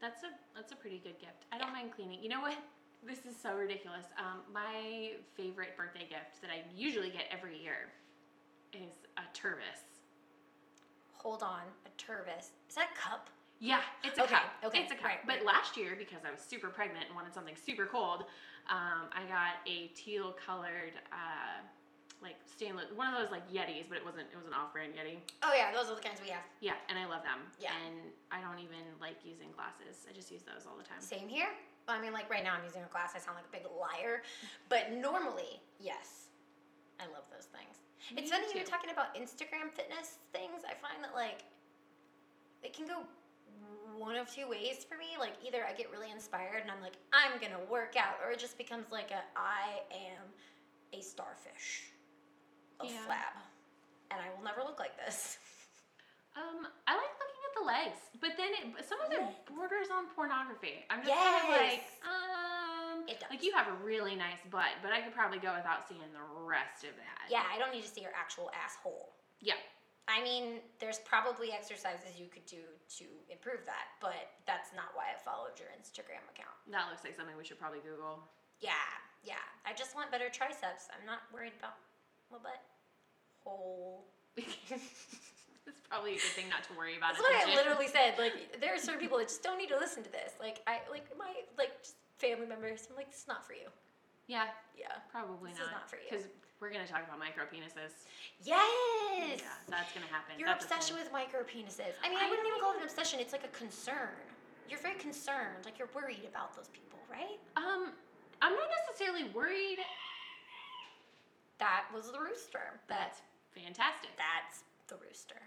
That's a that's a pretty good gift. I don't Yeah. mind cleaning. You know what? This is so ridiculous. Um, my favorite birthday gift that I usually get every year is a turvis. Hold on, a turvis. Is that a cup? Yeah, it's a Okay, cup. okay, it's a cup. right, but right. last year, because I was super pregnant and wanted something super cold, um, I got a teal colored uh, like stainless, one of those like Yetis, but it wasn't. It was an off-brand Yeti. Oh yeah, those are the kinds we have. Yeah, and I love them. Yeah. And I don't even like using glasses. I just use those all the time. Same here. I mean, like right now I'm using a glass. I sound like a big liar, but normally, yes, I love those things. it's Me funny you're too. talking about Instagram fitness things. I find that like it can go one of two ways for me. Like either I get really inspired and I'm like I'm gonna work out, or it just becomes like a I am a starfish, a Yeah. flab, and I will never look like this. Um, I like looking at the legs, but then it, but some of it Yeah. borders on pornography. I'm just kind of like, Yes. um, It does. like you have a really nice butt, but I could probably go without seeing the rest of that. yeah, I don't need to see your actual asshole. Yeah. I mean, there's probably exercises you could do to improve that, but that's not why I followed your Instagram account. That looks like something we should probably Google. Yeah, yeah. I just want better triceps. I'm not worried about my butt. Whole. it's probably a good thing not to worry about. That's at the what I gym. literally said. Like, there are certain people that just don't need to listen to this. Like, I like my like just family members. I'm like, it's not for you. Yeah, Yeah. probably This is not. not for you. Because we're gonna talk about micro penises. Yes. Yeah, that's gonna happen. Your That's a obsession thing. with micro penises. I mean, I, I wouldn't even know. call it an obsession. It's like a concern. You're very concerned. Like, you're worried about those people, right? Um, I'm not necessarily worried. That was the rooster. That's That's fantastic. that's the rooster.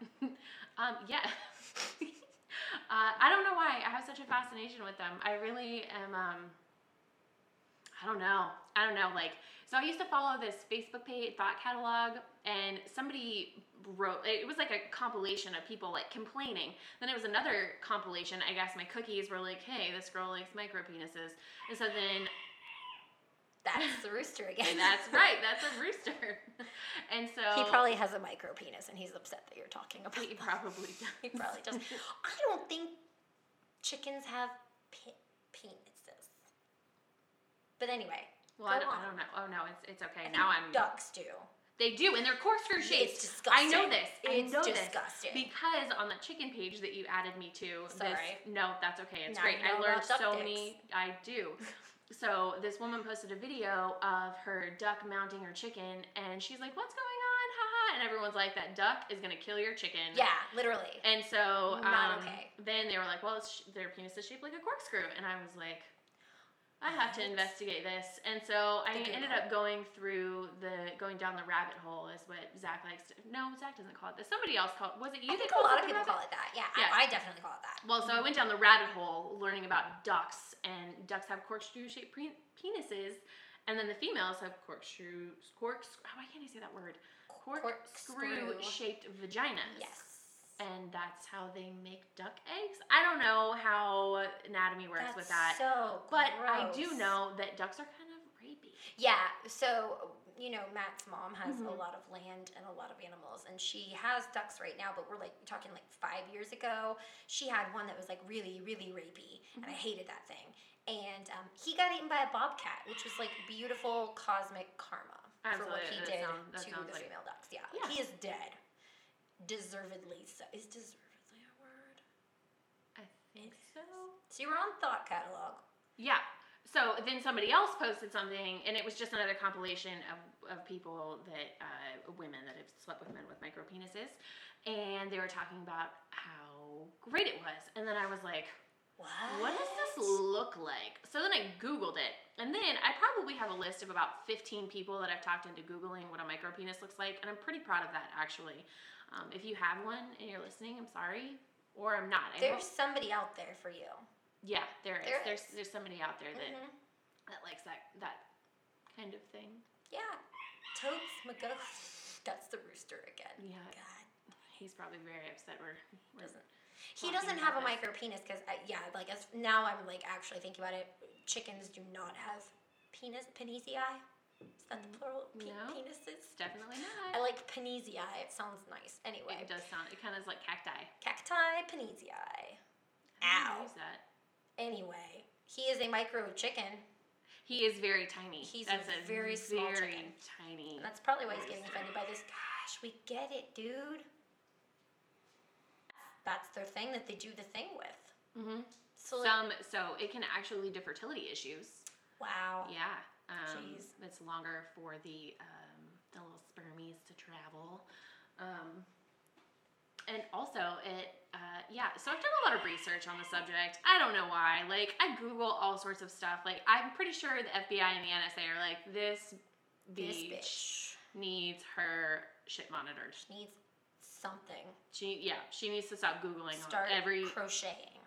um, yeah. uh, I don't know why I have such a fascination with them. I really am. Um, I don't know. I don't know. Like, so I used to follow this Facebook page, Thought Catalog, and somebody wrote. It was like a compilation of people like complaining. Then it was another compilation. I guess my cookies were like, "Hey, this girl likes micro penises," and so then That's the rooster again. and that's right. That's a rooster. and so He probably has a micro penis and he's upset that you're talking about. he it. probably does. He probably does. I don't think chickens have pe- penises. But anyway, Well, I Go don't, I on. don't know. Oh no, it's it's okay. I now think I'm. ducks do. They do, and they're corkscrew shaped. It's disgusting. I know this. I It's know disgusting. this because on the chicken page that you added me to. Sorry. This, no, that's okay. It's Now great. you know I learned about duck so dicks. many. I do. So this woman posted a video of her duck mounting her chicken, and she's like, "What's going on? Haha!" And everyone's like, "That duck is gonna kill your chicken." Yeah, literally. And so Not um, okay. then they were like, well, it's sh- their penis is shaped like a corkscrew. And I was like, I have to What? investigate this. And so I The Google. ended up going through the, going down the rabbit hole is what Zach likes to, no, Zach doesn't call it this. Somebody else called, was it you I that think a called lot it of the people call rabbit? it that. Yeah, Yeah. I, I definitely call it that. Well, so I went down the rabbit hole learning about ducks, and ducks have corkscrew shaped pre- penises, and then the females have corkscrew, corkscrew, why can't I say that word? Corkscrew Corkscrew. shaped vaginas. Yes. And that's how they make duck eggs. I don't know how anatomy works That's with that, so but I do gross. know that ducks are kind of rapey. Yeah, so you know, Matt's mom has a Mhm. lot of land and a lot of animals, and she has ducks right now. But we're like talking like five years ago. She had one that was like really, really rapey, and Mm-hmm. I hated that thing. And um, he got eaten by a bobcat, which was like beautiful cosmic karma for what Absolutely, he that did sound- that to sounds the like- female ducks. Yeah, Yeah. he is dead, deservedly. So is deservedly a word? I think Yes. so. So you were on thought catalog. Yeah. So then somebody else posted something, and it was just another compilation of, of people that uh, women that have slept with men with micro penises, and they were talking about how great it was, and then I was like, What? What does this look like? So then I Googled it. And then I probably have a list of about 15 people that I've talked into Googling what a micro penis looks like. And I'm pretty proud of that, actually. Um, if you have one and you're listening, I'm sorry. Or I'm not. I hope- There's somebody out there for you. yeah, there is. there There's, is. there's somebody out there that, Mhm. that likes that, that kind of thing. Yeah. Totes McGuff. That's the rooster again. Yeah, God. he's probably very upset. We're, we're Doesn't- He Talking doesn't about have a this. micro penis because, yeah, like as now I'm like actually thinking about it. Chickens do not have penis penisii. Is that the plural? Pe- No. Penises. definitely I not. like penisii. It sounds nice. Anyway, It does sound, it kind of is like cacti. cacti penisii. I don't Ow. use that. Anyway, he is a micro chicken. He is very tiny. He's That's a a very small very chicken. tiny. And that's probably why he's getting offended by this. Gosh, we get it, dude. That's their thing that they do the thing with. Mhm. So, like, Some so it can actually lead to fertility issues. wow. Yeah, um, Jeez. it's longer for the um, the little spermies to travel. Um, and also it uh, yeah so i've done a lot of research on the subject i don't know why like i google all sorts of stuff like i'm pretty sure the fbi and the nsa are like this This bitch bitch needs her shit monitored needs something. she yeah she needs to stop googling on Start every crocheting.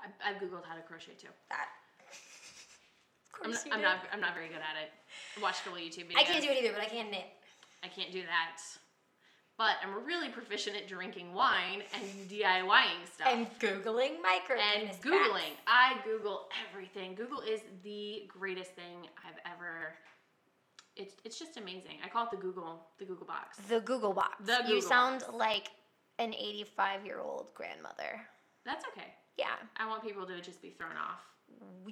I, i've googled how to crochet too That. Of I'm, course you I'm do. not i'm not very good at it I watch the little youtube videos I can't do it either, but I can knit. i can't do that but i'm really proficient at drinking wine and diying stuff And googling micro. and penis googling facts. i google everything google is the greatest thing i've ever it's, it's just amazing i call it the google the google box The Google box. The you Google sound like an 85 year old grandmother. that's okay Yeah. i want people to just be thrown off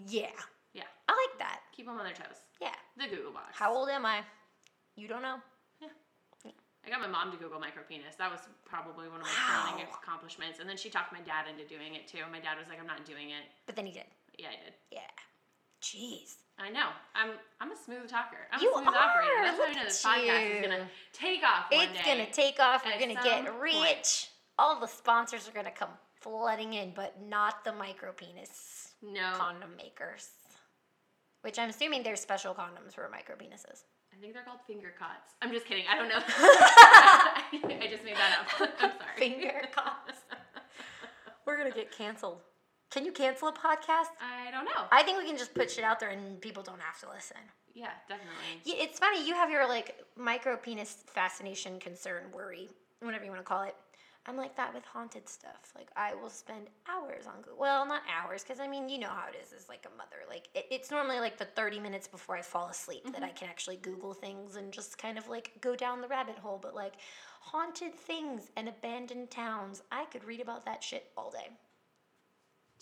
Yeah. Yeah. I like that. keep them on their toes Yeah. the google box How old am I? You don't know. i got my mom to google micropenis that was probably one of my crowning Wow. accomplishments and then she talked my dad into doing it too my dad was like i'm not doing it But then he did. yeah i did Yeah. Jeez. I know. I'm I'm a smooth talker. I'm You a smooth operator. are. That's how I Look know this at podcast is you. gonna take off one it's day. going to take off. at We're going to some get rich. point. All the sponsors are going to come flooding in, but not the micro penis no, condom makers. Which I'm assuming they're special condoms for micro penises. I think they're called finger cots. I'm just kidding. I don't know. I just made that up. I'm sorry. Finger cots. We're going to get canceled. Can you cancel a podcast? I don't know. I think we can just put shit out there and people don't have to listen. Yeah, definitely. Y- It's funny, you have your like micro penis fascination, concern, worry, whatever you want to call it. I'm like that with haunted stuff. Like I will spend hours on Google. Well, not hours, because I mean, you know how it is. As like a mother, like it, it's normally like the 30 minutes before I fall asleep that I can actually Google things and just kind of like go down the rabbit hole. But like haunted things and abandoned towns, I could read about that shit all day.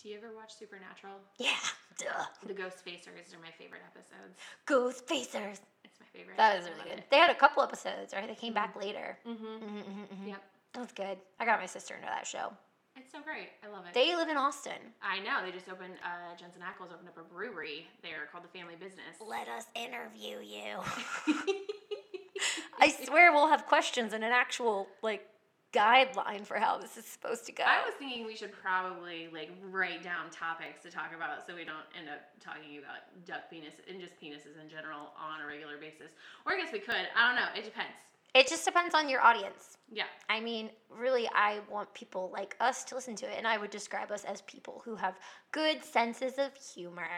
Do you ever watch Supernatural? Yeah, duh. The Ghost Facers are my favorite episodes. Ghost facers. It's my favorite. That was really good. They had a couple episodes, right? They came back later. Mm-hmm. Mhm, mhm, mhm. Yep. That's good. I got my sister into that show. It's so great. I love it. They live in Austin. I know. They just opened. Uh, Jensen Ackles opened up a brewery. They are called the Family Business. Let us interview you. I swear we'll have questions and an actual like guideline for how this is supposed to go. I was thinking we should probably like write down topics to talk about so we don't end up talking about duck penis and just penises in general on a regular basis. Or I guess we could. I don't know. It depends. It just depends on your audience. Yeah. I mean, really, I want people like us to listen to it, and I would describe us as people who have good senses of humor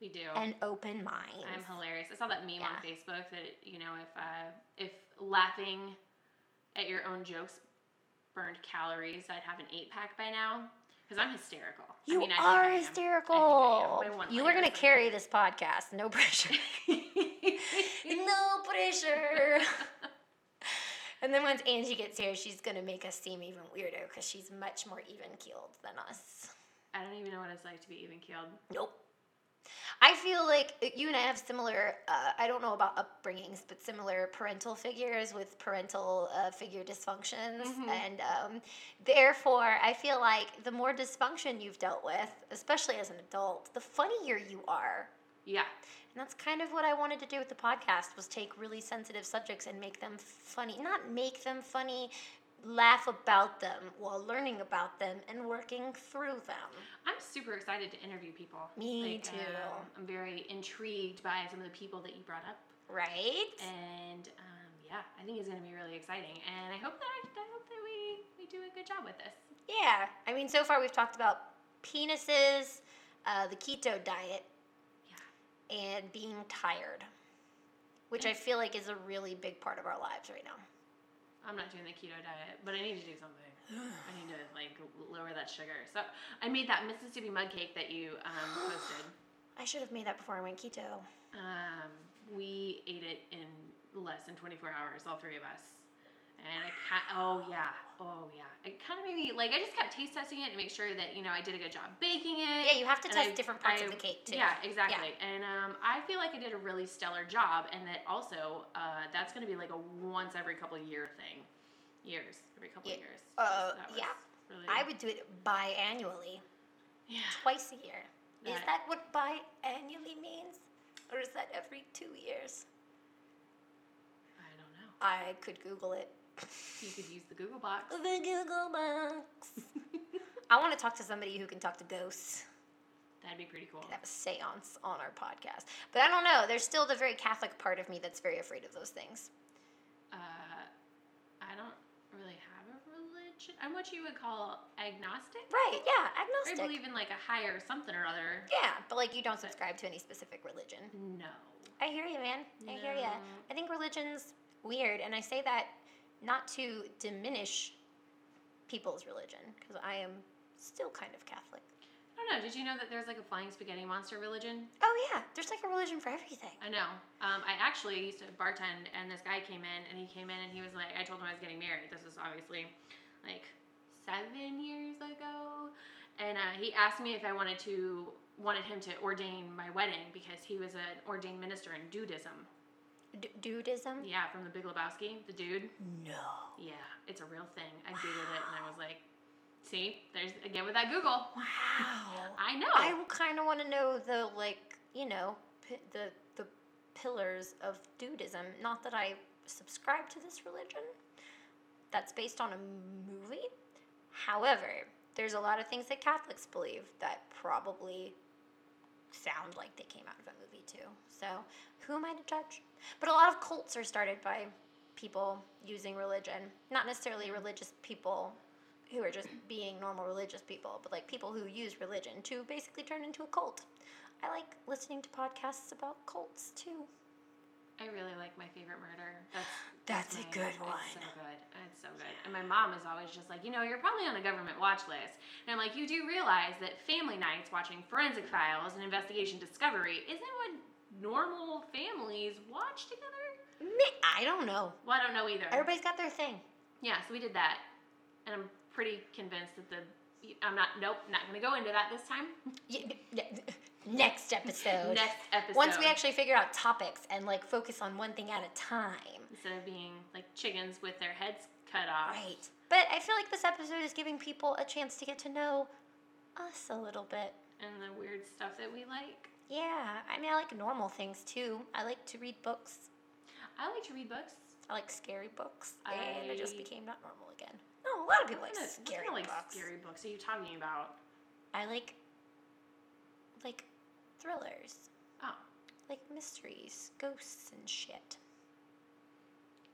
We do. and open minds. I'm hilarious. I saw that meme on Yeah. Facebook that you know if uh, if laughing at your own jokes burned calories, I'd have an eight pack by now because I'm hysterical. you I mean, I think I are am. I think I am. hysterical. My one You are liner going is to like- carry this podcast. No pressure. no pressure. and then once Angie gets here, she's gonna make us seem even weirder because she's much more even keeled than us. I don't even know what it's like to be even keeled. Nope. I feel like uh, you and I have similar, uh, I don't know about upbringings, but similar parental figures with parental uh, figure dysfunctions. Mhm. And um, therefore, I feel like the more dysfunction you've dealt with, especially as an adult, the funnier you are. Yeah. And that's kind of what I wanted to do with the podcast was take really sensitive subjects and make them funny. Not make them funny, laugh about them while learning about them and working through them. I'm super excited to interview people. Me too. um, I'm very intrigued by some of the people that you brought up, Right? and um, yeah, I think it's going to be really exciting. And I hope that I, I hope that we we do a good job with this. Yeah. I mean, so far we've talked about penises, uh, the keto diet, Yeah, and being tired, which I feel like is a really big part of our lives right now. I'm not doing the keto diet, but I need to do something. I need to like lower that sugar. So I made that Mississippi mud cake that you um, posted. I should have made that before I went keto. Um, we ate it in less than 24 hours, all three of us. And I kind oh yeah, oh yeah. It kind of made me, like, I just kept taste testing it to make sure that, you know, I did a good job baking it. Yeah, you have to and test I- different parts I- of the cake too. Yeah, exactly. And um, I feel like I did a really stellar job, and that also, uh, that's going to be like a once every couple year thing. Years, every couple Yeah. years. Uh, That was yeah. Really, I would do it biannually. yeah. twice a year. Is Right. that what biannually means? Or is that every two years? I don't know. I could Google it. You could use the Google box. The Google box. I want to talk to somebody who can talk to ghosts. That'd be pretty cool. and Have a seance on our podcast. But I don't know. There's still the very Catholic part of me that's very afraid of those things. Uh, I don't really have a religion. I'm what you would call agnostic. Right, I yeah, agnostic. believe in like a higher something or other. yeah, but like you don't subscribe to any specific religion. No. I hear you, man. I hear ya. No. I think religion's weird, and I say that not to diminish people's religion, because I am still kind of Catholic. I don't know. Did you know that there's like a flying spaghetti monster religion? Oh yeah, there's like a religion for everything. I know. Um, I actually used to bartend, and this guy came in, and he came in, and he was like, I told him I was getting married. This was obviously like seven years ago, and uh, he asked me if I wanted to wanted him to ordain my wedding because he was an ordained minister in Dudism. D- Dudism? Yeah, from the Big Lebowski, the dude. No. Yeah, it's a real thing. I googled it, and I was like, see, there's again with that Google. Wow. I know. I kind of want to know the like, you know, p- the the pillars of Dudism. Not that I subscribe to this religion. That's based on a movie. However, there's a lot of things that Catholics believe that probably sound like they came out of a movie too. So, who am I to judge? But a lot of cults are started by people using religion, not necessarily religious people who are just being normal religious people, but like people who use religion to basically turn into a cult. I like listening to podcasts about cults too. I really like my favorite murder. That's That's a good It's so one. good. It's so good. And my mom is always just like, you know, you're probably on a government watch list. And I'm like, you do realize that family nights watching Forensic Files and Investigation Discovery isn't what normal families watch together. Me- I don't know. Well, I don't know either. Everybody's got their thing. Yeah, so we did that, and I'm pretty convinced that the I'm not. Nope, not gonna go into that this time. Y- n- n- Next episode. Next episode. Once we actually figure out topics and like focus on one thing at a time. instead of being like chickens with their heads cut off. Right. But I feel like this episode is giving people a chance to get to know us a little bit. And the weird stuff that we like. Yeah. I mean, I like normal things too. I like to read books. I like to read books. I like scary books. And I I- just became not normal again. No, a lot of people like What kind of- what scary kind of, like books. scary books are you talking about? I like like thrillers, Oh, like mysteries, ghosts and shit.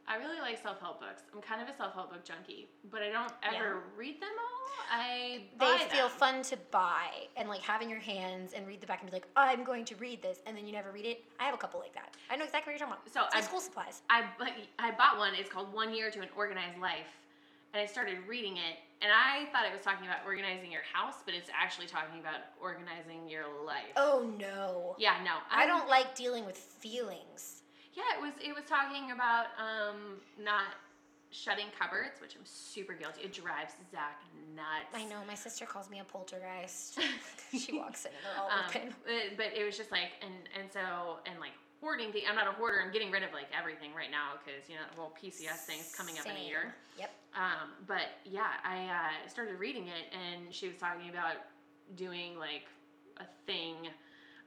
I really like self help books. I'm kind of a self help book junkie, but I don't ever read them all. I They buy feel them. fun to buy and like have in your hands and read the back and be like, I'm going to read this, and then you never read it. I have a couple like that. I know exactly what you're talking about. So it's like I- school supplies. I bu- I bought one. It's called One Year to an Organized Life, and I started reading it, and I thought it was talking about organizing your house, but it's actually talking about organizing your life. Oh no. Yeah, no, I I'm- don't like dealing with feelings. Yeah, it was it was talking about um not shutting cupboards, which I'm super guilty. It drives Zach nuts. I know my sister calls me a poltergeist. she walks in and they're all Um, open. but- but it was just like and and so and like hoarding thing. I'm not a hoarder. I'm getting rid of like everything right now because you know the whole PCS thing's coming up in a Same. year. Yep. Um, but yeah, I uh, started reading it, and she was talking about doing like a thing.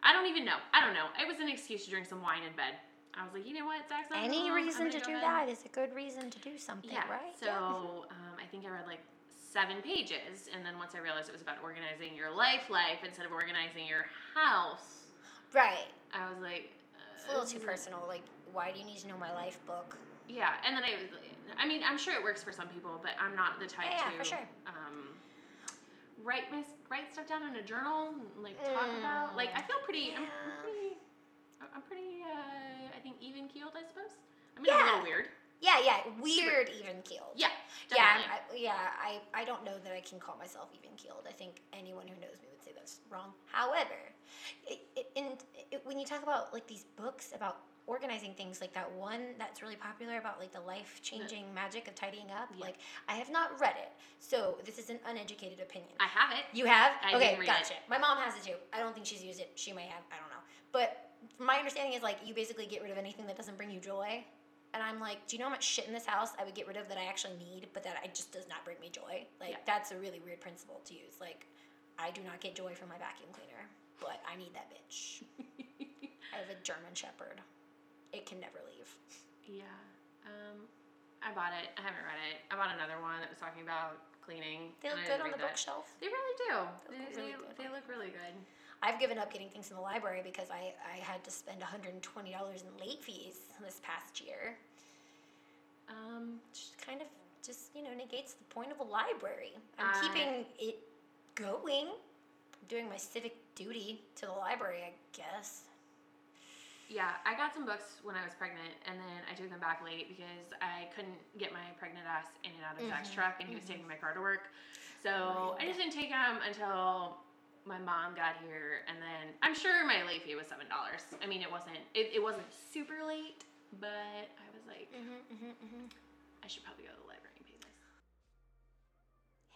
I don't even know. I don't know. It was an excuse to drink some wine in bed. I was like, you know what, Zach's not Any home. um, I'm reason gonna to go do ahead. that is a good reason to do something, Yeah. right? So um, I think I read like seven pages, and then once I realized it was about organizing your life, life instead of organizing your house, Right. I was like, It's a little uh, too this is- personal. Like, why do you need to know my life book? Yeah, and then I was, I mean, I'm sure it works for some people, but I'm not the type Yeah, yeah, to for sure. um, write my write stuff down in a journal, and, like talk about. Like I feel pretty, I'm, Mm. Yeah. I'm pretty, I'm pretty, uh, I think even keeled, I suppose. I mean, I'm Yeah. a little weird. Yeah, yeah. Weird, even keeled. Yeah, Yeah, definitely. I, yeah. I, I don't know that I can call myself even keeled. I think anyone who knows me would say that's wrong. However, it, it, in, it, when you talk about like these books about organizing things, like that one that's really popular about like the life changing magic of tidying up, Mm. Yeah. like I have not read it, so this is an uneducated opinion. I have it. You have? I okay, didn't read gotcha. My mom has it too. I don't think she's used it. She may have. I don't know. But my understanding is like you basically get rid of anything that doesn't bring you joy. And I'm like, do you know how much shit in this house I would get rid of that I actually need, but that I just does not bring me joy? Like Yeah. that's a really weird principle to use. Like, I do not get joy from my vacuum cleaner, but I need that bitch. I have a German Shepherd. It can never leave. yeah. Um, I bought it. I haven't read it. I bought another one that was talking about cleaning. They and look good I on didn't the read that. bookshelf. They really do. They They, look they, really good. they look really good. I've given up getting things in the library because I, I had to spend $120 in late fees this past year, Um, which kind of just, you know, negates the point of a library. I'm I- keeping it going, doing my civic duty to the library, I guess. yeah, I got some books when I was pregnant, and then I took them back late because I couldn't get my pregnant ass in and out of Zach's Mhm, truck, and he was taking my car to work. So I just didn't take them until my mom got here, and then I'm sure my late fee was seven dollars. I mean, it wasn't it, it wasn't super late, but I was like, Mm-hmm, mm-hmm, mm-hmm. I should probably go to the library and pay this.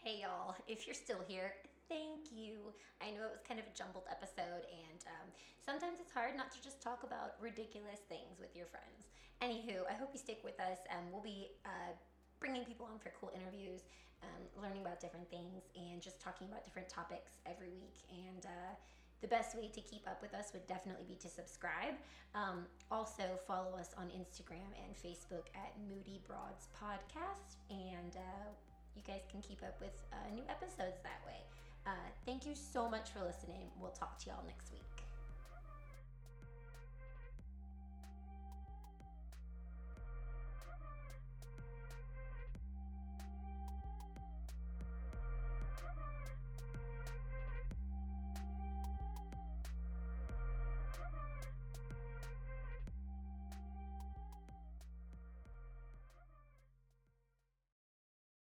Hey y'all, if you're still here, thank you. I know it was kind of a jumbled episode, and um, sometimes it's hard not to just talk about ridiculous things with your friends. Anywho, I hope you stick with us. Um, we'll be uh, bringing people on for cool interviews, um, learning about different things, and just talking about different topics every week. And uh, the best way to keep up with us would definitely be to subscribe. Um, also, follow us on Instagram and Facebook at Moody Broads Podcast, and uh, you guys can keep up with uh, new episodes that way. Uh, thank you so much for listening. We'll talk to y'all next week.